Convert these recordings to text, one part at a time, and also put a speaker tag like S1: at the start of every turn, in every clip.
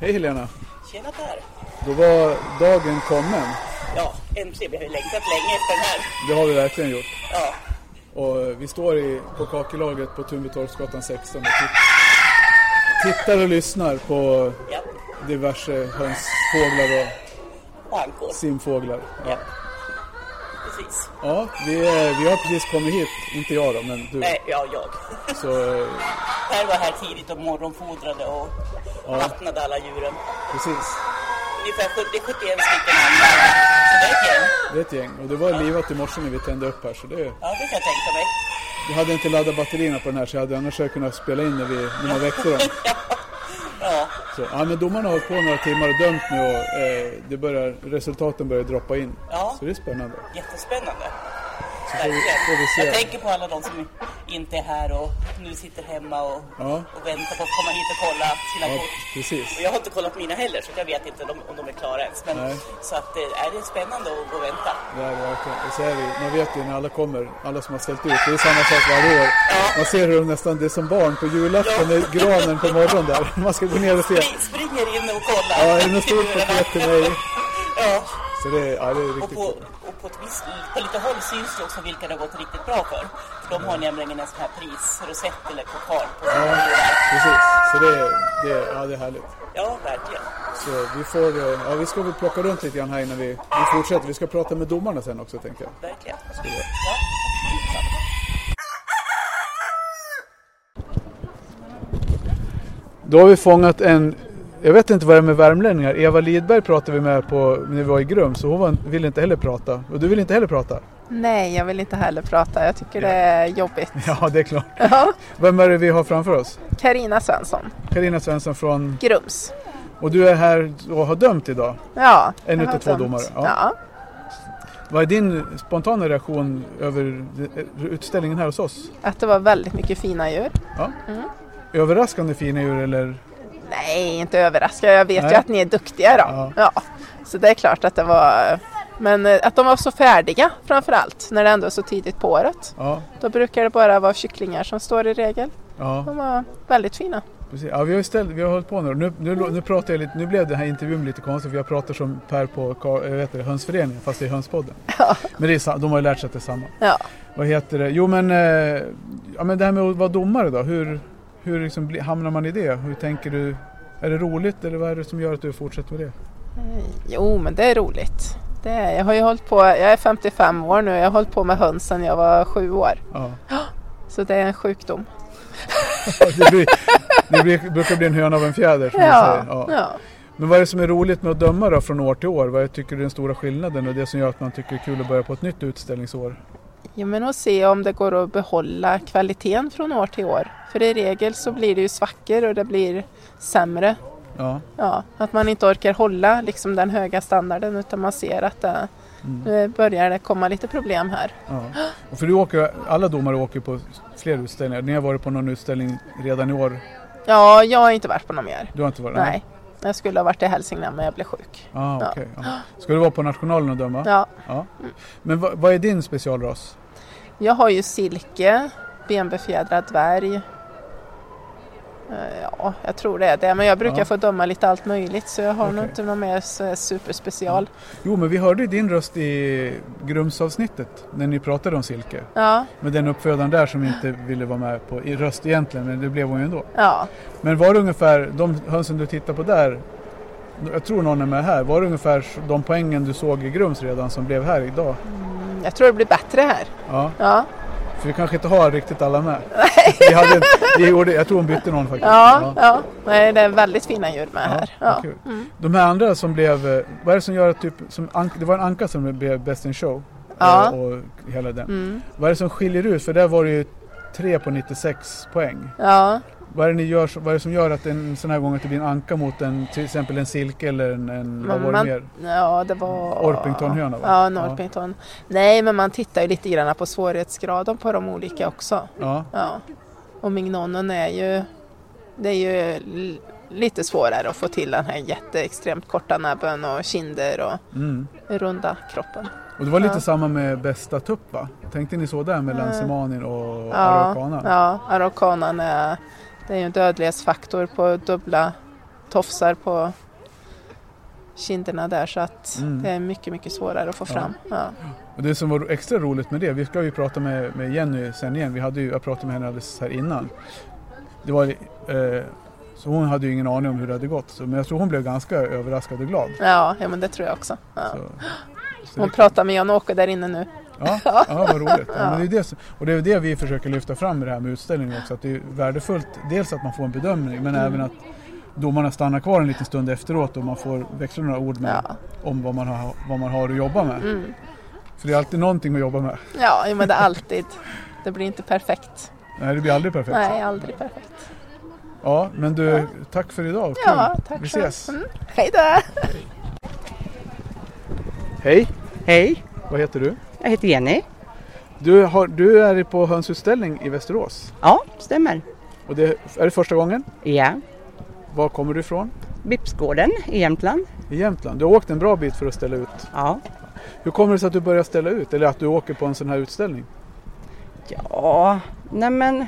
S1: väljarna.
S2: Tjena Per!
S1: Då var dagen kommen.
S2: Ja, MC, vi har ju längtat länge efter den här.
S1: Det har vi verkligen gjort.
S2: Ja,
S1: Och vi står i, på kakelaget på Tumbetorpsgatan 16 och titt, tittar och lyssnar på
S2: ja.
S1: diverse hönsfåglar och
S2: Och ankor.
S1: simfåglar.
S2: Ja. Precis.
S1: Ja, vi, eh, vi har precis kommit hit. Inte jag då, men du.
S2: Nej, ja, jag.
S1: Så eh,
S2: Per var här tidigt och morgonfodrade och vattnade alla djuren.
S1: precis,
S2: Ungefär 70-71 stycken anmälda. Så det är ett gäng.
S1: det är ett gäng. Och det var livat i morse när vi tände upp här. Så det,
S2: Ja, det kan jag tänka mig.
S1: jag hade inte laddat batterierna på den här så jag hade annars kunnat spela in när, vi, när man väckte dem.
S2: Ja,
S1: Så, ja, men domarna har hållit på några timmar och dömt nu och eh, det börjar, resultaten börjar droppa in.
S2: Ja.
S1: Så det är spännande.
S2: jättespännande.
S1: vi- får vi se.
S2: Jag tänker på alla de som inte är här och nu sitter hemma och,
S1: Ja.
S2: och väntar på att komma hit och kolla sina
S1: Ja,
S2: kort.
S1: precis.
S2: Och jag har inte kollat mina heller så jag vet inte om, om de är klara ens. Men,
S1: Nej.
S2: så att, eh, är det är spännande att gå och vänta.
S1: Det är det verkligen. Och så är vi, man vet ju när alla kommer, alla som har ställt ut, det är samma sak varje år. Man ser hur de nästan, det är som barn på julafton, när granen på morgonen där. Man ska gå ner och se.
S2: Spring, springer in och kollar.
S1: Ja, är det något stort paket till mig?
S2: ja.
S1: Så det, ja, det är
S2: Och,
S1: riktigt
S2: på,
S1: kul.
S2: och på, ett visst, på lite håll syns det också vilka det har gått riktigt bra för. För de har nämligen en sån här prisrosett eller pokal på
S1: Ja,
S2: sina djurar.
S1: precis. Så det, det, ja, det är härligt.
S2: Ja, verkligen.
S1: Så vi får, eh, ja, vi ska väl plocka runt lite grann här innan vi, vi fortsätter. Vi ska prata med domarna sen också tänkte jag.
S2: verkligen.
S1: vi göra.
S2: Ja.
S1: Då har vi fångat en, jag vet inte vad det är med värmlänningar, Eva Lidberg pratade vi med på, när vi var i Grum så hon var, ville inte heller prata. Och du vill inte heller prata?
S3: Nej, jag vill inte heller prata. Jag tycker det är jobbigt.
S1: Ja, det är klart.
S3: Ja,
S1: Vem är det vi har framför oss?
S3: Karina Svensson,
S1: Karina Svensson från...
S3: Grums.
S1: Och du är här och har dömt idag.
S3: Ja,
S1: En
S3: jag
S1: utav
S3: har
S1: två
S3: dömt.
S1: domare, ja.
S3: Ja.
S1: Vad är din spontana reaktion över eh, utställningen här hos oss?
S3: att det var väldigt mycket fina djur.
S1: Ja. Överraskande fina djur eller?
S3: Nej, inte överraskad. Jag vet
S1: Nej.
S3: ju att ni är duktiga då.
S1: Ja.
S3: Ja. Så det är klart att det var... Men eh, att de var så färdiga framför allt, när det ändå är så tidigt på året.
S1: Ja,
S3: Då brukar det bara vara kycklingar som står i regel.
S1: ja,
S3: De var väldigt fina.
S1: precis. ja vi, har ju ställt, vi har hållit på nu. Nu, nu, nu, pratar jag lite, nu blev den här intervjun lite konstig för jag pratar som Per på Ka- eh, vet det, hönsföreningen fast det är hönspodden.
S3: Ja.
S1: Men det är, sa- de har ju lärt sig att det är samma.
S3: Ja.
S1: Vad heter det? Jo men, eh, ja, men det här med att vara domare då. Hur, hur liksom bli- hamnar man i det? Hur tänker du? Är det roligt eller vad är det som gör att du fortsätter med det?
S3: Jo, men det är roligt. Det är, jag har ju hållit på, jag är 55 år nu, jag har hållit på med höns sedan jag var sju år.
S1: Ja.
S3: Så det är en sjukdom.
S1: Det, blir, det blir, brukar bli en höna av en fjäder som man
S3: Ja,
S1: säger.
S3: ja.
S1: Ja. Men vad är det som är roligt med att döma då från år till år? Vad tycker du är den stora skillnaden och det som gör att man tycker det är kul att börja på ett nytt utställningsår?
S3: ja, men att se om det går att behålla kvaliteten från år till år. För i regel så blir det ju svackor och det blir sämre.
S1: Ja,
S3: Ja, att man inte orkar hålla liksom den höga standarden utan man ser att det, nu börjar det komma lite problem här.
S1: ja. Och för du åker, alla domare åker på fler utställningar. Ni har varit på någon utställning redan i år.
S3: Ja, jag har inte varit på någon mer.
S1: Du har inte varit?
S3: Nej, jag skulle ha varit i Hälsingland men jag blev sjuk.
S1: Ah,
S3: Ja.
S1: okay, ja. Ska du vara på nationalen och döma?
S3: Ja,
S1: Ja. Men vad, vad är din specialras?
S3: jag har ju silke, benbefjädrad dvärg. Eh, Ja, jag tror det är det. Men jag brukar
S1: Ja.
S3: få döma lite allt möjligt så jag har nog
S1: Okej. Mm.
S3: inte någon mer så här superspecial.
S1: Jo, men vi hörde ju din röst i Grumsavsnittet när ni pratade om Silke.
S3: Ja,
S1: Med den uppfödaren där som inte ville vara med på i röst egentligen, men det blev hon ju ändå.
S3: ja.
S1: Men var det ungefär, de hönsen du tittar på där, jag tror någon är med här, var det ungefär de poängen du såg i Grums redan som blev här idag?
S3: Mm, Jag tror det blir bättre här.
S1: Ja,
S3: Ja,
S1: för vi kanske inte har riktigt alla med. Vi hade, en- vi gjorde, jag tror hon bytte någon faktiskt.
S3: ja, ja. Nej, det är väldigt fina djur med
S1: Ja,
S3: här.
S1: vad
S3: Ja.
S1: kul. De här andra som blev, eh, vad är det som gör att typ, som Ank, det var en anka som blev Best in Show eh,
S3: Ja.
S1: och hela den.
S3: Mm.
S1: Vad är det som skiljer ut? För där var det ju 3 på 96 poäng.
S3: Ja.
S1: Vad är det, ni gör, som- vad är det som gör att en sån här gång att det blir en anka mot en, till exempel en silke eller en, en vad var det
S3: man-
S1: mer?
S3: ja, det var...
S1: Orpingtonhöna, va?
S3: Ja, en
S1: Ja.
S3: orpington. Nej, men man tittar ju lite grann på svårighetsgraden på de olika också.
S1: Ja,
S3: Ja. Och mignonen är ju... Det är ju l- lite svårare att få till den här jätteextremt korta näbben och kinder och
S1: mm.
S3: runda kroppen.
S1: Och det var lite
S3: Ja.
S1: samma med bästa tupp va? Tänkte ni så där mellan
S3: Mm.
S1: Semanin och
S3: Ja,
S1: Araucana?
S3: ja araukanan är, det är ju en dödlighetsfaktor på dubbla tofsar på kinderna där så att
S1: Mm.
S3: det är mycket, mycket svårare att få fram. Ja.
S1: Och det som var extra roligt med det, vi ska ju prata med, med Jenny sen igen, vi hade ju, jag pratade med henne alldeles här innan. Det var, eh, så hon hade ju ingen aning om hur det hade gått, så, men jag tror hon blev ganska överraskad och glad.
S3: Ja, ja, men det tror jag också. Ja.
S1: Så, så
S3: Hon
S1: det-
S3: pratar med Jan-Åke där inne nu.
S1: Ja, ja vad roligt. Ja, men det är det som, och det är det vi försöker lyfta fram med det här med utställningen också. Att det är värdefullt, dels att man får en bedömning men
S3: Mm.
S1: även att domarna stannar kvar en liten stund efteråt och man får växla några ord med
S3: Ja,
S1: om vad man, har, vad man har att jobba med.
S3: mm.
S1: För det är alltid någonting att jobba med.
S3: ja jo, men det är alltid. Det blir inte perfekt.
S1: Nej, det blir aldrig perfekt.
S3: Nej, aldrig perfekt.
S1: Ja, men
S3: Ja.
S1: du, tack för idag. Kul.
S3: Ja, tack
S1: Vi
S3: själv.
S1: ses.
S3: Mm. Hej då!
S1: Hej,
S4: Hej,
S1: vad heter du?
S4: jag heter Jenny.
S1: Du, har, du är på hönsutställning i Västerås.
S4: Ja, stämmer.
S1: Och det, är det första gången?
S4: Ja,
S1: Var kommer du ifrån?
S4: Bipsgården i Jämtland.
S1: I Jämtland. Du har åkt en bra bit för att ställa ut.
S4: Ja.
S1: Hur kommer det sig att du börjar ställa ut eller att du åker på en sån här utställning?
S4: ja, nej men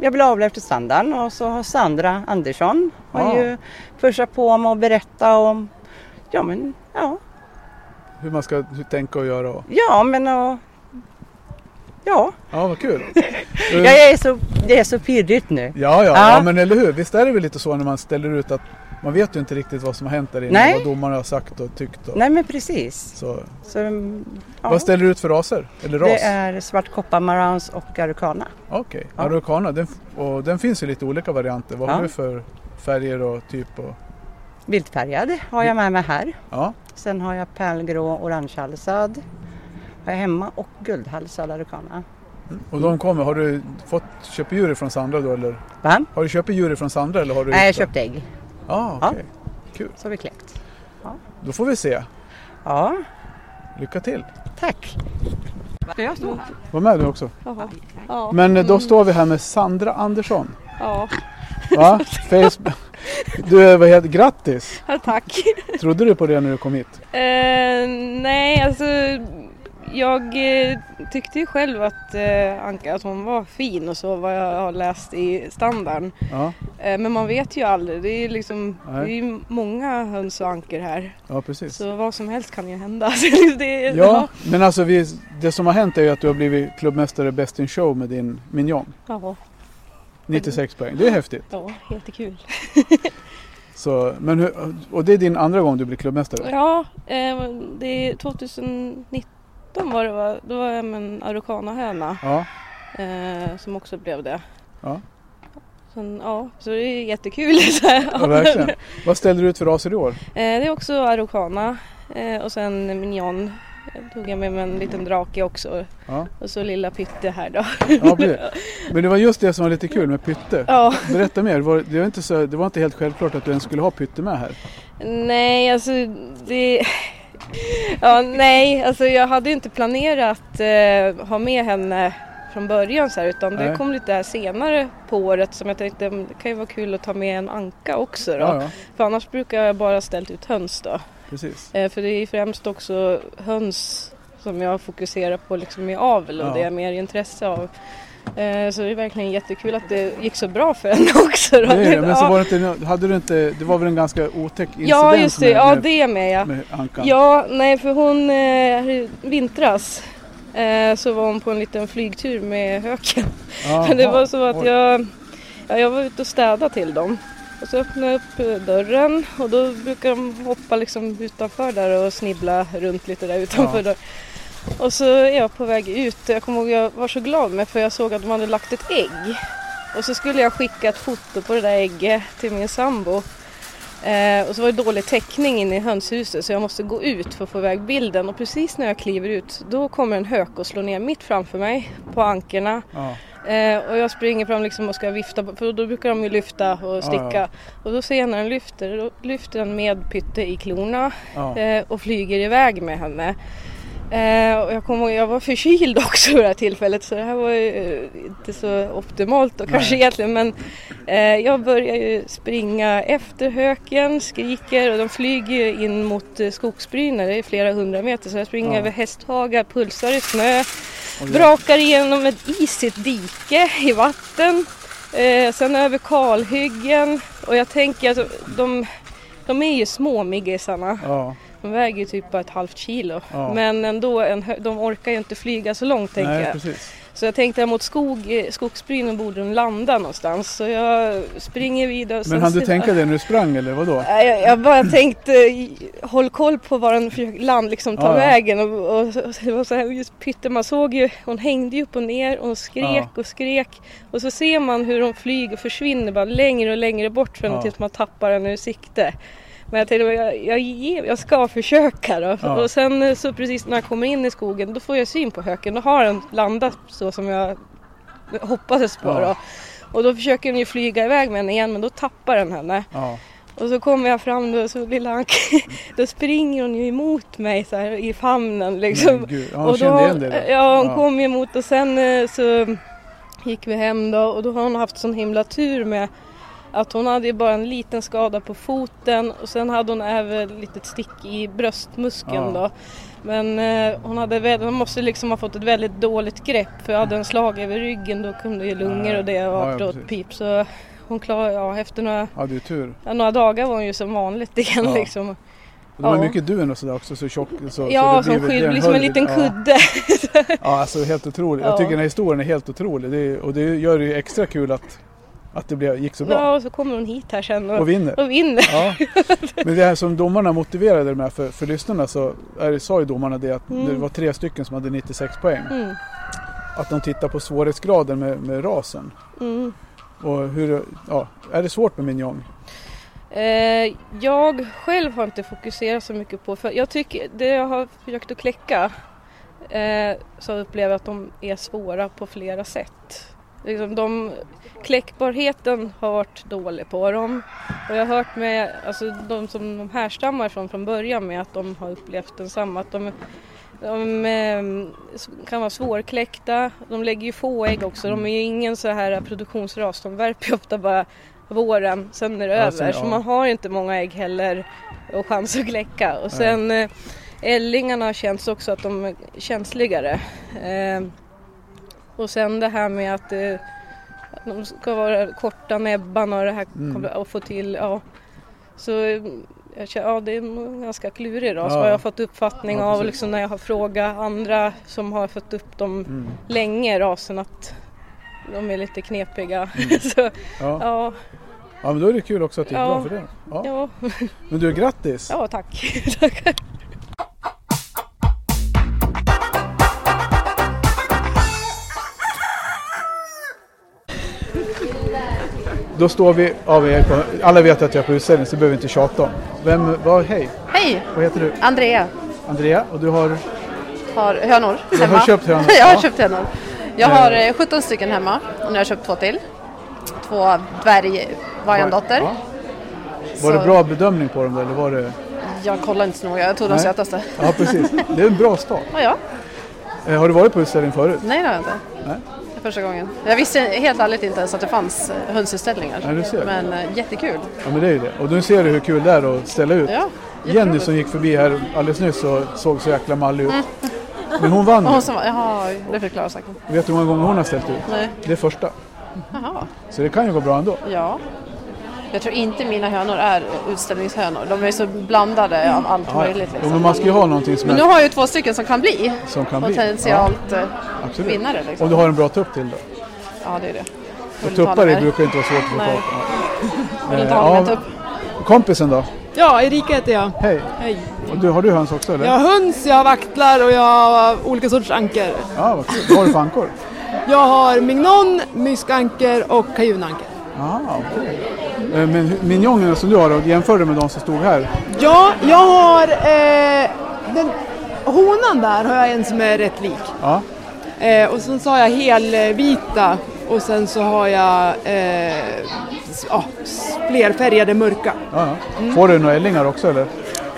S4: jag blev avlöpt till standarden och så har Sandra Andersson har
S1: Ja.
S4: ju pushat på mig och berätta om ja men ja,
S1: Hur man ska hur tänka och göra? Och...
S4: ja men och, ja,
S1: Ja, vad kul! Eh,
S4: jag är så, det är så pirrigt nu.
S1: ja, ja,
S4: Ja.
S1: ja, men eller hur? Visst är det väl lite så när man ställer ut att man vet ju inte riktigt vad som har hänt där inne,
S4: Nej.
S1: vad domarna har sagt och tyckt. Och...
S4: Nej men precis.
S1: Så,
S4: Så, ja.
S1: Vad ställer du ut för raser? Eller ras?
S4: det är svart kopparmarans och araucana.
S1: Okej,
S4: Ja.
S1: araucana, den, f- och den finns ju lite olika varianter. Vad har
S4: Ja.
S1: du för färger och typ? Och...
S4: Viltfärgad har jag med mig här.
S1: Ja,
S4: Sen har jag pärlgrå orangehalsad. Har jag hemma och guldhalsad araucana. Mm.
S1: och de kommer. Har du fått köpa djur från Sandra då eller?
S4: Va?
S1: Har du köpt djur från Sandra eller har du?
S4: Nej, jag
S1: gjort det?
S4: köpte ägg.
S1: Ja,
S4: Ja.
S1: okej. Kul.
S4: Så har vi kläckt.
S1: Då får vi se.
S4: Ja,
S1: Lycka till!
S4: tack. Ska jag stå här?
S1: Var med du också.
S5: Jaha. Ja.
S1: Men eh, då står vi här med Sandra Andersson.
S5: ja.
S1: Va? Facebook. Du, eh, vad heter, grattis!
S5: Ja, tack.
S1: Trodde du på det när du kom hit?
S5: Eh, nej, alltså jag eh, tyckte ju själv att eh, Anka att hon var fin och så vad jag har läst i standarden.
S1: Ja,
S5: Eh, men man vet ju aldrig. Det är ju liksom det
S1: Nej.
S5: är ju många höns och ankor här.
S1: ja precis.
S5: Så vad som helst kan ju hända. Så det, är-
S1: Ja, men alltså vi, det som har hänt är ju att du har blivit klubbmästare Best in Show med din Mignon.
S5: ja.
S1: 96 poäng, det är häftigt.
S5: Ja, jättekul.
S1: Så, men hur, och det är din andra gång du blir klubbmästare?
S5: Ja, eh, det är 2019 var det va? Då var jag med en araucanahöna.
S1: Ja,
S5: Eh, som också blev det.
S1: Ja.
S5: Sen, ja, så det är jättekul. Så här.
S1: ja verkligen. Vad ställde du ut för raser i år?
S5: Eh, det är också araucana eh, och sen mignon. Eh, Tog jag med mig en liten drake också.
S1: Ja.
S5: Och så lilla pytte här då.
S1: Ja, precis. men det var just det som var lite kul med Pytte.
S5: Ja,
S1: Berätta mer, var, det, var inte så, det var inte helt självklart att du ens skulle ha Pytte med här.
S5: nej alltså det... Ja, nej, alltså jag hade ju inte planerat eh, ha med henne från början så här utan det
S1: Nej.
S5: kom lite här senare på året som jag tänkte mm, det kan ju vara kul att ta med en anka också då.
S1: Ja, ja,
S5: För annars brukar jag bara ställt ut höns då.
S1: precis.
S5: Eh, För det är främst också höns som jag fokuserar på liksom i avel och
S1: Ja.
S5: det är mer intresse av. Eh, Så det är verkligen jättekul att det gick så bra för henne också. Då.
S1: Det är det, men så
S5: ja.
S1: var det inte, hade du inte, det var väl en ganska otäck incident
S5: ja just det,
S1: med,
S5: ja
S1: med,
S5: det med ja.
S1: med Ankan?
S5: Ja, nej för hon eh, i vintras eh, så var hon på en liten flygtur med höken.
S1: Jaha.
S5: Det var så att
S1: Oj.
S5: jag, ja, jag var ute och städade till dem. Och så öppnade jag upp eh, dörren och då brukar de hoppa liksom utanför där och snibbla runt lite där utanför
S1: Ja.
S5: dörren. Och så är jag på väg ut. Jag kommer ihåg jag var så glad med för jag såg att de hade lagt ett ägg. Och så skulle jag skicka ett foto på det där ägget till min sambo. Eh, och så var det dålig täckning inne i hönshuset så jag måste gå ut för att få iväg bilden. Och precis när jag kliver ut då kommer en hök och slår ner mitt framför mig på ankerna.
S1: Ja,
S5: Eh, och jag springer fram liksom och ska vifta, på- för då brukar de ju lyfta och sticka.
S1: ja.
S5: Och då ser jag när den lyfter, då lyfter den med Pytte i klorna
S1: ja.
S5: eh, och flyger iväg med henne. Eh, och jag kommer ihåg, jag var förkyld också vid det här tillfället så det här var ju eh, inte så optimalt och kanske
S1: Nej.
S5: egentligen men eh, jag börjar ju springa efter höken, skriker och de flyger ju in mot eh, skogsbrynen, det är flera hundra meter så jag springer
S1: Ja.
S5: över hästhagar, pulsar i snö,
S1: Oj,
S5: Brakar igenom ett isigt dike i vatten. Eh, sen över kalhyggen. Och jag tänker att de De är ju små miggisarna.
S1: Ja,
S5: De väger ju typ bara ett halvt kilo.
S1: Ja.
S5: Men ändå, en, hö- de orkar ju inte flyga så långt tänker
S1: nej
S5: jag.
S1: precis.
S5: Så jag tänkte att mot skog, eh, skogsbrynen borde de landa någonstans. Så jag springer vidare. och
S1: Men
S5: sen
S1: hann du
S5: ser jag-
S1: tänka det när du sprang eller vadå?
S5: Nej, Jag, jag bara tänkte i- håll koll på var den försöker land liksom ta
S1: Ja, ja.
S5: vägen. Och, och, och det var så här just pytte, man såg ju, hon hängde ju upp och ner och hon skrek och skrek. Och så ser man hur hon flyger och försvinner bara längre och längre bort från
S1: Ja.
S5: henne tills man tappar henne ur sikte. Men jag tänkte jag, jag, ger- jag ska försöka då.
S1: Ja.
S5: Och sen eh, så precis när jag kommer in i skogen då får jag syn på höken. Då har den landat så som jag hoppades på
S1: Ja.
S5: då. Och då försöker den ju flyga iväg med henne igen men då tappar den henne.
S1: Ja,
S5: Och så kommer jag fram då, så lilla Anki, då springer hon ju emot mig så här i famnen
S1: men
S5: liksom.
S1: gud. Ja, hon
S5: och då,
S1: kände igen dig då?
S5: Ja, hon kom ju emot och sen eh, så gick vi hem då och då har hon haft sån himla tur med att hon hade ju bara en liten skada på foten och sen hade hon även ett litet stick i bröstmuskeln
S1: Ja.
S5: då. Men eh, hon, hade väl, hon måste liksom ha fått ett väldigt dåligt grepp för hade en slag över ryggen då kunde ju lungor och det
S1: Ja, ja,
S5: ha varit åt
S1: precis.
S5: pip. Så hon klarade, ja efter några
S1: Ja, det är tur.
S5: Ja, några dagar var hon ju som vanligt igen
S1: Ja.
S5: liksom.
S1: Det var
S5: Ja.
S1: mycket dun och sådär också, så tjock. Så,
S5: Ja,
S1: så det
S5: som
S1: blir-
S5: skydd,
S1: den
S5: blir som en
S1: höll-
S5: liten
S1: ja.
S5: kudde.
S1: Ja, alltså helt otroligt. Jag
S5: Ja.
S1: tycker den här historien är helt otrolig det är, och det gör det ju extra kul att, att det blev, gick så bra
S5: Ja, och så kommer hon hit här sen och,
S1: och vinner.
S5: och vinner.
S1: Ja. Men det här som domarna motiverade det med för, för lyssnarna så är, sa ju domarna det att det
S5: Mm.
S1: var tre stycken som hade 96 poäng.
S5: Mm,
S1: Att de tittar på svårighetsgraden med, med rasen.
S5: mm.
S1: Och hur, ja, är det svårt med minjong?
S5: Eh, jag själv har inte fokuserat så mycket på, för jag tycker det jag har försökt att kläcka eh, så upplever jag att de är svåra på flera sätt. Liksom de, kläckbarheten har varit dålig på dem och jag har hört med, alltså de som de härstammar från från början med att de har upplevt densamma, att de, de eh, s- kan vara svårkläckta, de lägger ju få ägg också, de är ju ingen så här produktionsras, de värper ju ofta bara våren, sen är det
S1: Ja,
S5: över.
S1: sen-
S5: Så
S1: ja.
S5: man har inte många ägg heller och chans att kläcka. Och sen eh, ällingarna känns också att de är känsligare. Eh, och sen det här med att eh, att de ska vara korta näbbarna och det här
S1: Mm.
S5: kommer- och få till, ja. Så eh, jag känner, ja det är nog ganska klurigt då, så
S1: Ja.
S5: har jag fått uppfattning
S1: Ja,
S5: av
S1: precis.
S5: liksom när jag har frågat andra som har fått upp dem
S1: Mm.
S5: länge rasen att de är lite knepiga. så,
S1: Mm. Ja.
S5: ja,
S1: ja, men då är det kul också att det gick
S5: Ja.
S1: bra för det. Ja.
S5: ja,
S1: Men du, grattis!
S5: ja tack.
S1: Då står vi, ja, vi är på, alla vet att jag är på utställning så behöver vi inte tjata om. Vem, vad, hej,
S6: Hej!
S1: vad heter du?
S6: Andrea
S1: Andrea och du har
S6: har hönor
S1: Du har köpt hönor,
S6: jag har
S1: ja.
S6: köpt hönor. Jag
S1: Eh.
S6: har eh, 17 stycken hemma och nu har jag köpt två till. Två dvärgvajandotter.
S1: Ja. Var det
S6: Så-
S1: bra bedömning på dem då, eller var det?
S6: Jag kollar inte så noga, jag tog de
S1: Nej.
S6: sötaste.
S1: Ja precis, det är en bra start.
S6: Ja, ja.
S1: Eh, har du varit på utställning förut?
S6: Nej det har jag inte.
S1: Nej.
S6: Det är första gången. Jag visste helt ärligt inte ens att det fanns eh, hönsutställningar.
S1: Ja, du ser.
S6: Men eh, jättekul.
S1: Ja men det är ju det. Och nu ser du hur kul det är att ställa ut.
S6: Ja,
S1: Jenny
S6: jätteroligt.
S1: som gick förbi här alldeles nyss och såg så jäkla mallig ut. Men hon vann ju.
S6: Och Mm. hon som var, jaha, det förklarar saken.
S1: Vet du hur många gånger hon har ställt ut?
S6: Nej.
S1: Det är första.
S6: Jaha,
S1: Så det kan ju gå bra ändå.
S6: ja. Jag tror inte mina hönor är utställningshönor. De är så blandade av allt
S1: Ja,
S6: möjligt.
S1: Jo,
S6: Liksom.
S1: men man ska ju ha någonting som
S6: Men nu
S1: är
S6: har jag ju två stycken som kan bli
S1: Som kan bli,
S6: potentialt eh,
S1: absolut.
S6: vinnare.
S1: Om
S6: Liksom.
S1: du har en bra tupp till då.
S6: Ja, det är det.
S1: Och tuppar det brukar ju inte vara svårt att få
S6: Nej.
S1: tag på.
S6: Vill inte
S1: Eh,
S6: ha
S1: ja.
S6: ja. tupp.
S1: Kompisen då?
S7: Ja, Erika heter jag.
S1: Hej!
S7: Hej.
S1: Och du, har du höns också eller?
S7: Jag har höns, jag har vaktlar och jag har eh, olika sorters anker.
S1: Ja, vad kul. Vad har du för ankor?
S7: Jag har mignon, myskanker och kajunanker.
S1: Ah, okej. Eh, Men hur- minjongerna som du har då, jämför du med de som stod här?
S7: Ja, jag har... Eh, den, honan där har jag en som är rätt lik.
S1: Ja,
S7: Eh, och sen så har jag helvita och sen så har jag eh, s- ja, s- flerfärgade mörka.
S1: ja, ja. Får du några ällingar också eller?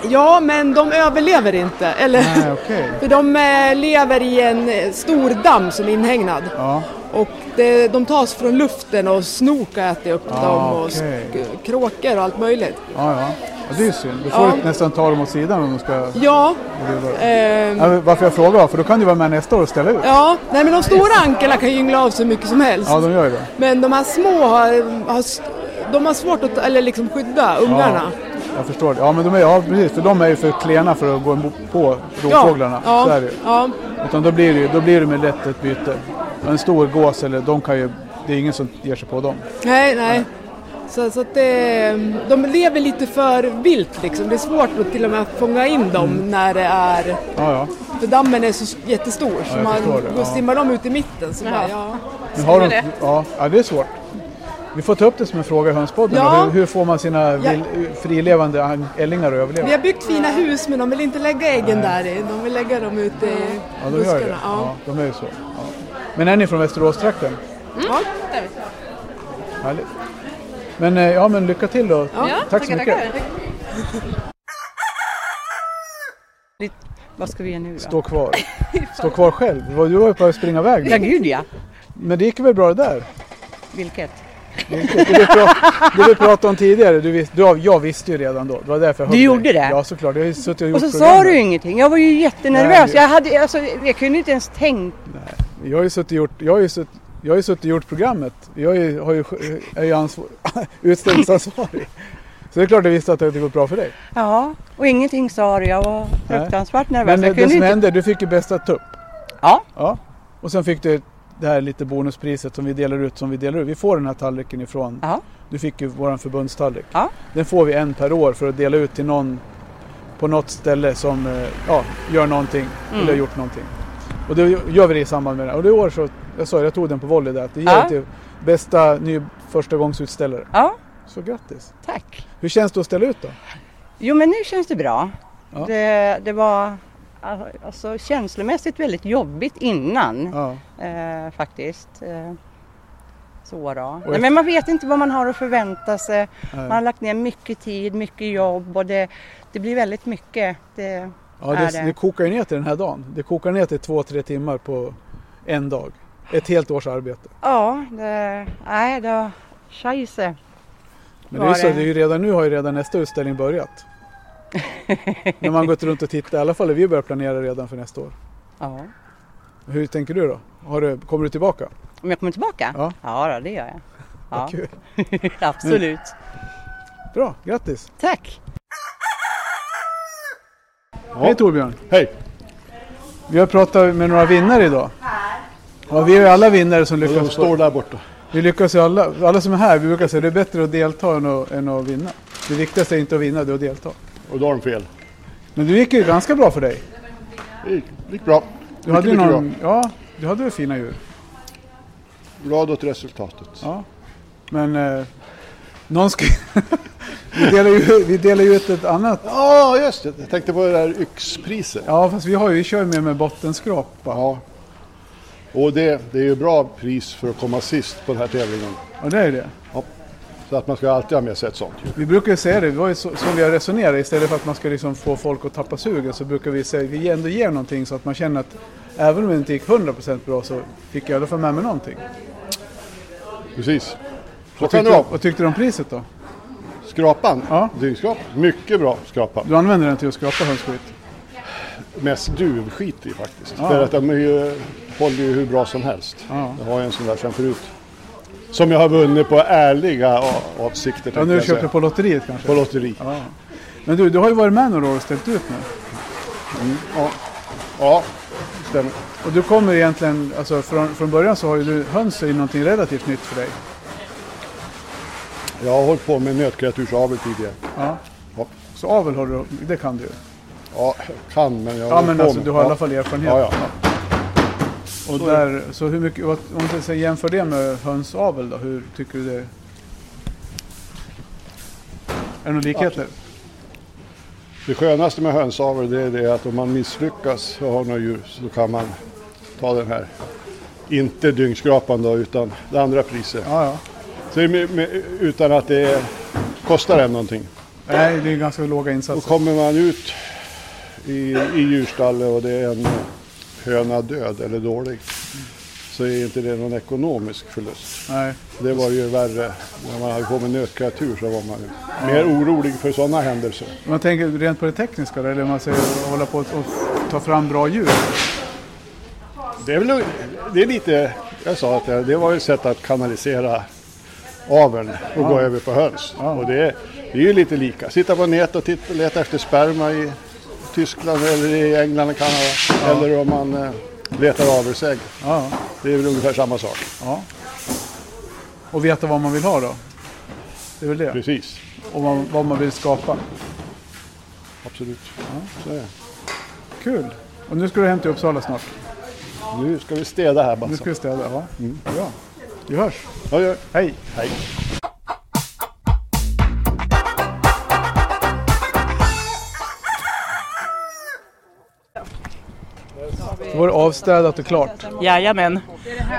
S7: Ja, men de överlever inte. Eller?
S1: Nej, okej.
S7: För de eh, lever i en eh, stor damm som är inhägnad.
S1: Ja,
S7: Och det, de tas från luften och snok har ätit upp
S1: Ah,
S7: dem och
S1: okej.
S7: sk- kråkor och allt möjligt.
S1: ja, ja. ja det är ju synd. Då får
S7: Ja.
S1: du nästan ta dem åt sidan om de ska...
S7: Ja,
S1: Ja.
S7: ehm,
S1: Varför jag frågar, för då kan du vara med nästa år och ställa ut.
S7: ja. Nej, men de stora ankarna kan ju yngla av sig mycket som helst.
S1: Ja, de gör ju det.
S7: Men de här små har, har, s- de har svårt att eller liksom skydda ungarna.
S1: Ja. Jag förstår det. Ja, men de är, ja, precis, för de är ju för klena för att gå emot på rovfåglarna.
S7: Ja,
S1: Så
S7: ja,
S1: är det ju.
S7: ja.
S1: Utan då blir det ju då blir det med lätt ett byte. En stor gås, eller, de kan ju, det är ingen som ger sig på dem.
S7: Nej, nej. Så, så att det, de lever lite för vilt liksom. Det är svårt att till och med fånga in dem
S1: Mm.
S7: när det är...
S1: Ja, ja.
S7: För dammen är så jättestor så
S1: jag
S7: man
S1: förstår det,
S7: går
S1: ja.
S7: och simmar de ut i mitten så bara, ja.
S1: Nu har de, ja, ja, det är svårt. Vi får ta upp det som en fråga i Hönspodden.
S7: Ja.
S1: då. Hur, hur får man sina vill, frilevande ang- ällingar att överleva?
S7: Vi har byggt fina hus men de vill inte lägga äggen där i. De vill lägga dem ute i
S1: Ja, de gör
S7: buskarna.
S1: ju det. Ja,
S7: Ja.
S1: de är ju så. Ja. Men är ni från Västerås-trakten?
S7: Ja.
S1: Härligt. Men, eh, ja, men lycka till då. Tack så mycket.
S4: Vad ska vi göra nu då?
S1: Stå kvar. Stå kvar själv. Du var du var ju på att springa iväg.
S4: Ja,
S1: nu.
S4: gud ja.
S1: Men det gick väl bra det där?
S4: Vilket?
S1: Det du, pra- det du pratade om tidigare, du vis- du, jag visste ju redan då. Det var därför jag
S4: Du
S1: höll
S4: gjorde
S1: dig.
S4: det?
S1: Ja, såklart. Jag har ju suttit och gjort
S4: Och så
S1: program
S4: sa
S1: där.
S4: du ingenting. Jag var ju
S1: Nej,
S4: jättenervös.
S1: det-
S4: Jag, hade, alltså, jag kunde inte ens tänka.
S1: Jag har ju suttit och gjort, jag har ju suttit, jag har ju suttit och gjort programmet. Jag är ju, har ju, är ju ansvar, utställningsansvarig. Så det är klart jag visste att det hade gått bra för dig.
S4: Ja, och ingenting sa du. Jag var
S1: Nej.
S4: fruktansvärt nervös.
S1: Men
S4: jag
S1: eh, det
S4: kunde
S1: som
S4: inte...
S1: hände, du fick ju bästa tupp.
S4: Ja.
S1: ja. Och sen fick du det här lite bonuspriset som vi delar ut. Som vi, delar ut. vi får den här tallriken ifrån,
S4: Ja.
S1: du fick ju vår förbundstallrik.
S4: Ja.
S1: Den får vi en per år för att dela ut till någon på något ställe som eh, ja, gör någonting
S4: Mm.
S1: eller har gjort någonting. Och då gör vi det i samband med det här. Och det år så, jag sa ju, jag tog den på volley där, att det ger
S4: Ja.
S1: till bästa ny förstagångsutställare.
S4: ja,
S1: Så grattis!
S4: tack.
S1: Hur känns det att ställa ut då?
S4: Jo, men nu känns det bra.
S1: Ja.
S4: Det, det var alltså, känslomässigt väldigt jobbigt innan
S1: Ja.
S4: eh, faktiskt. Eh, så då.
S1: efter-
S4: Nej, men man vet inte vad man har att förvänta sig. Man har
S1: eh,
S4: lagt ner mycket tid, mycket jobb och det, det blir väldigt mycket. Det,
S1: ja
S4: är
S1: det,
S4: det.
S1: det kokar ju ner till den här dagen. Det kokar ner till två, tre timmar på en dag. Ett helt års arbete.
S4: ja, det, nej, det var scheisse.
S1: Men det är ju
S4: Var
S1: så,
S4: det?
S1: det är ju redan nu har ju redan nästa utställning börjat. När man gått runt och tittat, i alla fall har vi börjat planera redan för nästa år.
S4: Ja.
S1: Hur tänker du då? Har du, kommer du tillbaka?
S4: Om jag kommer tillbaka?
S1: Ja.
S4: ja då, det gör jag. Ja,
S1: Vad kul.
S4: absolut.
S1: Bra, grattis!
S4: Tack!
S1: Hej Torbjörn!
S8: Hej!
S1: Vi har pratat med några vinnare idag. Ja, vi är ju alla vinnare som
S8: De
S1: lyckas.
S8: står
S1: På.
S8: där borta.
S1: Vi lyckas ju alla, alla som är här, vi brukar säga det är bättre att delta än att, än att vinna. Det viktigaste är inte att vinna, det är att delta.
S8: Och då har de fel.
S1: Men det gick ju ganska bra för dig.
S8: Det gick, det gick bra.
S1: Du hade ju
S8: mycket
S1: någon, ja, du hade ju fina djur.
S8: bra. Glad åt resultatet.
S1: Ja. Men eh, någon ska... vi, delar ju, vi delar ju ut ett annat.
S8: Ja, just det. Jag tänkte på det där yxpriset.
S1: Ja, fast vi, har ju, vi kör ju med, med bottenskrapa.
S8: Ja. Och det, det är ju bra pris för att komma sist på den här tävlingen.
S1: Ja, det är ju det.
S8: Så att man ska alltid ha med sig ett sånt.
S1: Vi brukar ju säga det, det var ju så, som vi har resonerat, istället för att man ska liksom få folk att tappa sugen så brukar vi säga att vi ändå ger någonting så att man känner att även om det inte gick 100% bra så fick jag i alla fall med mig någonting.
S8: Precis. Så
S1: Vad
S8: kan det
S1: tyckte,
S8: vara.
S1: vad tyckte du om priset då?
S8: Skrapan,
S1: Ja.
S8: dyngskrap. Mycket bra skrapa.
S1: Du använder den till att skrapa hönsskit?
S8: Mest duvskit i faktiskt.
S1: Ja.
S8: För att de är ju, håller ju hur bra som helst.
S1: Ja.
S8: Jag har ju en sån där sen förut. Som jag har vunnit på ärliga a- avsikter.
S1: Ja,
S8: tänkte
S1: nu
S8: jag
S1: köpte du
S8: säga.
S1: på lotteriet kanske?
S8: på lotteri.
S1: ja. Men du, du har ju varit med några år och ställt ut nu.
S8: Ja, ja stämmer.
S1: Och du kommer egentligen, alltså från, från början så har ju du, höns är ju någonting relativt nytt för dig.
S8: Jag har hållit på med nötkreatursavel tidigare.
S1: Ja.
S8: Ja.
S1: Så avel har du, det kan du ju.
S8: Ja, kan men jag
S1: Ja
S8: håller
S1: men
S8: på
S1: alltså
S8: med-
S1: du har i
S8: ja.
S1: alla fall erfarenhet.
S8: Ja, ja.
S1: Och där, så hur mycket, vad- om du sen jämför det med hönsavel då, hur tycker du det? Är det några likheter?
S8: Det skönaste med hönsavel det är det att om man misslyckas och har några djur så kan man ta den här. Inte dyngskrapan då utan det andra priset.
S1: Ja, ja.
S8: Så det är med, med, utan att det kostar en någonting.
S1: Nej, det är ganska låga
S8: Då
S1: insatser.
S8: kommer man ut i, i djurstallet och det är en höna död eller dålig så är inte det någon ekonomisk förlust.
S1: Nej.
S8: Det var ju värre. När man höll på med nötkreatur så var man ju mer orolig för sådana händelser.
S1: Om man tänker rent på det tekniska då, eller om man säger hålla på och och ta fram bra djur.
S8: Det är, väl, det är lite, jag sa att det, det var ju ett sätt att kanalisera aveln och gå över på höns. Och det, är- det är ju lite lika. Sitta på nät och titta, leta efter sperma i Tyskland eller i England och Kanada. Eller om man eh, letar avelsägg.
S1: Ja,
S8: Det är väl ungefär samma sak.
S1: ja. Och veta vad man vill ha då? Det är väl det.
S8: Precis,
S1: Och vad, vad man vill skapa.
S8: absolut. Ja, så är det.
S1: Kul! Och nu ska du hem till Uppsala snart.
S8: Nu ska vi städa här
S1: Nu
S8: Basse.
S1: ska vi städa. Ja. Bra. Vi hörs.
S8: Ja, ja.
S1: Hej!
S8: Hej.
S1: Då var det avstädat och klart.
S2: Jajamän.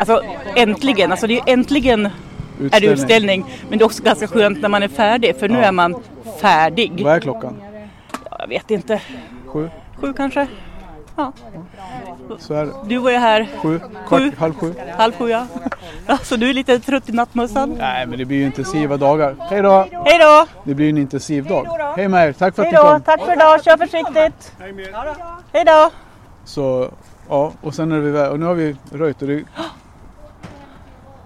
S2: Alltså äntligen, alltså det är äntligen är det utställning. Men det är också ganska skönt när man är färdig för nu är man färdig.
S1: Vad är klockan?
S2: Jag vet inte,
S1: Sju?
S2: sju kanske?
S1: Så är det.
S2: Du var ju här
S1: Sju?
S2: Sju.
S1: Kvart, halv sju?
S2: halv sju ja. Så du är lite trött i nattmössan.
S1: Nej, men det blir ju intensiva dagar. Hej då!
S2: Hej då!
S1: Det blir ju en intensiv dag. Hej med er! Tack för att
S2: Hej
S1: ni kom!
S2: då! Tack för idag, kör försiktigt! Hej då!
S1: Så, ja, och sen är vi vä- och nu har vi röjt och det,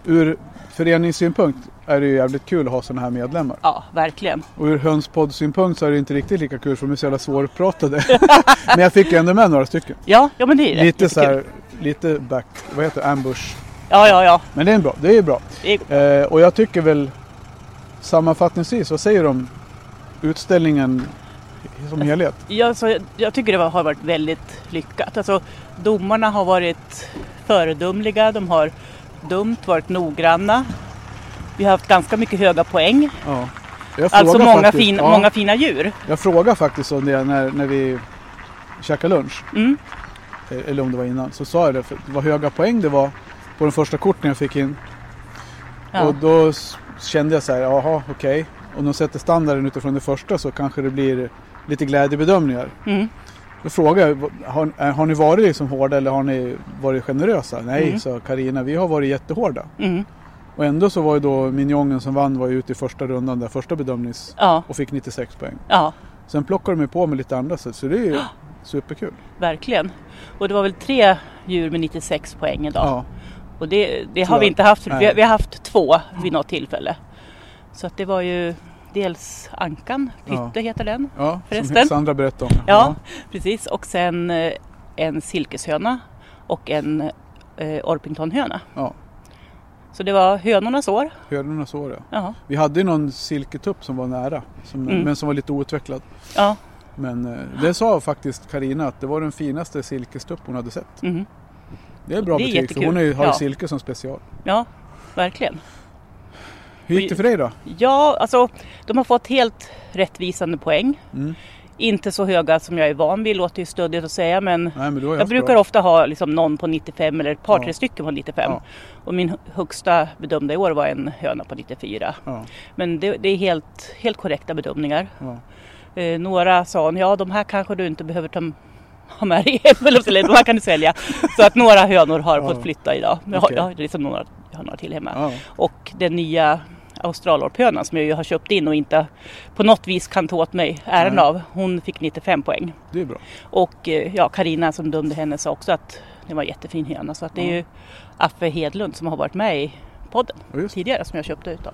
S1: Ur föreningssynpunkt är det ju jävligt kul att ha sådana här medlemmar.
S2: Ja, verkligen.
S1: Och ur hönspoddsynpunkt så är det inte riktigt lika kul för de är så jävla svårpratade. men jag fick ju ändå med några stycken.
S2: Ja, ja men det är det.
S1: Lite så
S2: Jättekul.
S1: här, lite back, vad heter det? ambush.
S2: Ja, ja, ja.
S1: Men det är bra, det är bra.
S2: Det
S1: Eh, och jag tycker väl sammanfattningsvis, vad säger du om utställningen som helhet?
S2: Jag, så, jag- jag tycker det var- har varit väldigt lyckat. Alltså, domarna har varit föredömliga, de har dumt varit noggranna. Vi har haft ganska mycket höga poäng,
S1: Ja. Jag
S2: alltså
S1: frågar
S2: många,
S1: faktiskt-
S2: fin,
S1: ja.
S2: många fina djur.
S1: Jag frågade faktiskt om det när, när vi käkade lunch.
S2: Mm.
S1: Eh, Eller om det var innan. Så sa jag det, för vad höga poäng det var på den första korten jag fick in.
S2: Ja.
S1: Och då s- kände jag så här, jaha okej. Om de sätter standarden utifrån det första så kanske det blir lite glädjebedömningar.
S2: Mm.
S1: Då frågade jag, har, eh, har ni varit liksom hårda eller har ni varit generösa? Nej,
S2: Mm.
S1: sa Karina, vi har varit jättehårda.
S2: Mm.
S1: Och ändå så var ju då minjongen som vann var ju ute i första rundan, där första bedömnings
S2: Ja,
S1: och fick 96 poäng.
S2: ja,
S1: Sen plockar de ju på med lite andra sätt, så det är ju superkul.
S2: verkligen. Och det var väl tre djur med 96 poäng idag.
S1: Ja.
S2: Och det, det har
S1: Tyvärr.
S2: vi inte haft, vi,
S1: Nej.
S2: vi har haft två vid något tillfälle. Så att det var ju dels Ankan, Pytte
S1: Ja.
S2: heter den.
S1: Ja, som
S2: Förresten.
S1: Sandra berättade om.
S2: Ja, precis. Och sen eh, en silkeshöna och en eh, orpingtonhöna.
S1: Ja.
S2: Så det var hönornas år.
S1: Ja, Hönorna så det.
S2: Ja,
S1: Vi hade ju någon silketupp som var nära, som,
S2: Mm.
S1: men som var lite outvecklad.
S2: ja.
S1: Men eh, det sa faktiskt Karina att det var den finaste silkestupp hon hade sett.
S2: mhm.
S1: Det är bra
S2: Det är
S1: betyg
S2: jättekul.
S1: för hon är, ju- har ju
S2: Ja.
S1: silke som special.
S2: ja verkligen.
S1: Hur gick det för dig då?
S2: Ja, alltså de har fått helt rättvisande poäng.
S1: Mm.
S2: Inte så höga som jag är van vid, låter ju stöddigt att säga men
S1: Nej, men du har ju
S2: jag
S1: haft
S2: brukar
S1: bra.
S2: ofta ha liksom någon på 95 eller ett par
S1: Ja.
S2: tre stycken på 95.
S1: Ja.
S2: Och min högsta bedömda i år var en höna på 94.
S1: Ja,
S2: Men det, det är helt, helt korrekta bedömningar.
S1: ja.
S2: Eh, några sa ja de här kanske du inte behöver ta ha med dig hem, eller så, eller de här kan du sälja. Så att några hönor har
S1: Ja.
S2: fått flytta idag. Men Jag har,
S1: Okej.
S2: jag har liksom några hönor till hemma.
S1: ja.
S2: Och den nya australorphönan som jag ju har köpt in och inte på något vis kan ta åt mig äran
S1: Nej.
S2: av. Hon fick 95 poäng.
S1: Det är bra.
S2: Och eh, ja, Karina som dömde henne sa också att det var en jättefin höna. Så att det är ju Affe Hedlund som har varit med i podden
S1: Ja, just,
S2: tidigare som jag köpte utav.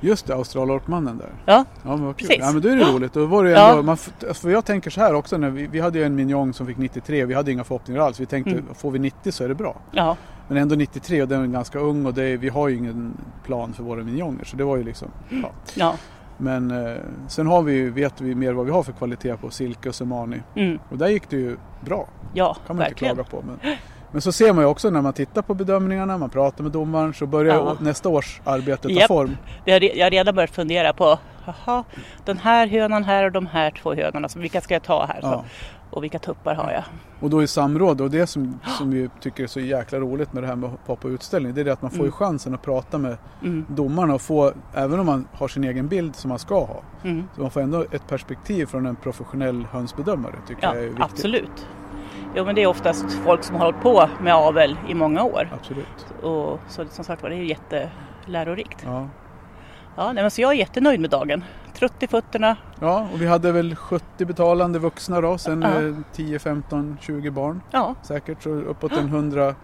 S1: just det, australortmannen där.
S2: Ja,
S1: Ja men vad kul.
S2: Precis.
S1: Ja, men då är det roligt. Då var det ju
S2: Ja.
S1: ändå, man, f- alltså, för jag tänker så här också, när vi, vi hade ju en minjong som fick 93 vi hade inga förhoppningar alls. Vi tänkte
S2: Mm.
S1: får vi 90 så är det bra.
S2: ja,
S1: Men ändå 93 och den är ganska ung och det, är- vi har ju ingen plan för våra minjonger. Så det var ju liksom, ja.
S2: ja.
S1: Men eh, sen har vi, ju- vet vi mer vad vi har för kvalitet på silke och semani.
S2: Mm,
S1: Och där gick det ju bra,
S2: ja,
S1: kan man
S2: verkligen.
S1: inte klaga på. Men, men så ser man ju också när man tittar på bedömningarna, man pratar med domaren så börjar
S2: Ja.
S1: å- nästa års arbete ta
S2: Japp.
S1: form.
S2: Jag har re- jag har redan börjat fundera på, jaha, den här hönan här och de här två hönorna, så vilka ska jag ta här?
S1: Ja.
S2: Så, och vilka tuppar har jag?
S1: Och då i samråd och det som, som vi tycker är så jäkla roligt med det här med att vara på utställning det är det att man får ju
S2: Mm.
S1: chansen att prata med
S2: Mm,
S1: domarna och få, även om man har sin egen bild som man ska ha,
S2: mm.
S1: så man får ändå ett perspektiv från en professionell hönsbedömare tycker
S2: Ja,
S1: jag är viktigt.
S2: absolut. Jo, men det är oftast folk som har hållit på med avel i många år.
S1: Absolut.
S2: Och, så som sagt var, det är ju jättelärorikt.
S1: Ja.
S2: Ja, nej, men så jag är jättenöjd med dagen. Trött i fötterna.
S1: ja, och vi hade väl 70 betalande vuxna då, sen
S2: Ja.
S1: eh, 10, 15, 20 barn
S2: Ja,
S1: säkert, så uppåt en 100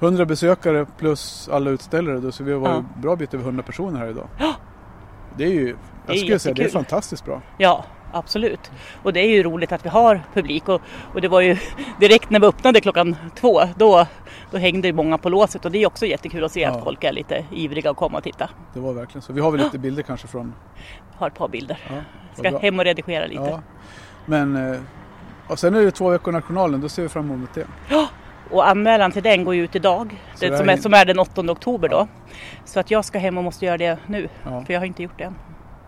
S1: 100 besökare plus alla utställare då, så vi var ju
S2: Ja.
S1: bra bit över 100 personer här idag. Det är ju,
S2: Det
S1: jag
S2: är
S1: skulle säga, det är
S2: jättekul.
S1: fantastiskt bra.
S2: Ja, absolut. Och det är ju roligt att vi har publik och, och det var ju direkt när vi öppnade klockan två, då, då hängde ju många på låset och det är också jättekul att se
S1: Ja.
S2: att folk är lite ivriga att komma och titta.
S1: Det var verkligen så. Vi har väl lite bilder kanske från...
S2: Har ett par bilder.
S1: Ja, vad
S2: Ska
S1: bra.
S2: hem och redigera lite.
S1: Ja. Men, eh, och sen är det två veckor nationalen, då ser vi fram emot det.
S2: Och anmälan till den går ju ut idag,
S1: Så det
S2: det
S1: här
S2: som, är,
S1: är-
S2: som är den 8 oktober då. Så att jag ska hem och måste göra det nu,
S1: Ja,
S2: för jag har inte gjort det än.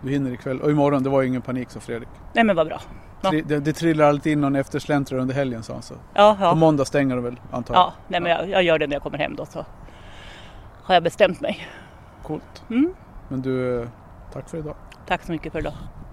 S1: du hinner ikväll. Och imorgon, det var ju ingen panik sa Fredrik.
S2: Nej men vad bra. Ja.
S1: Tri- Det, det trillar alltid in någon eftersläntrare under helgen sa han så.
S2: Ja,
S1: På
S2: ja.
S1: måndag stänger de väl antagligen.
S2: ja nej, men jag, jag gör det när jag kommer hem då så har jag bestämt mig.
S1: Coolt.
S2: Mm.
S1: Men du, eh, tack för idag.
S2: Tack så mycket för idag.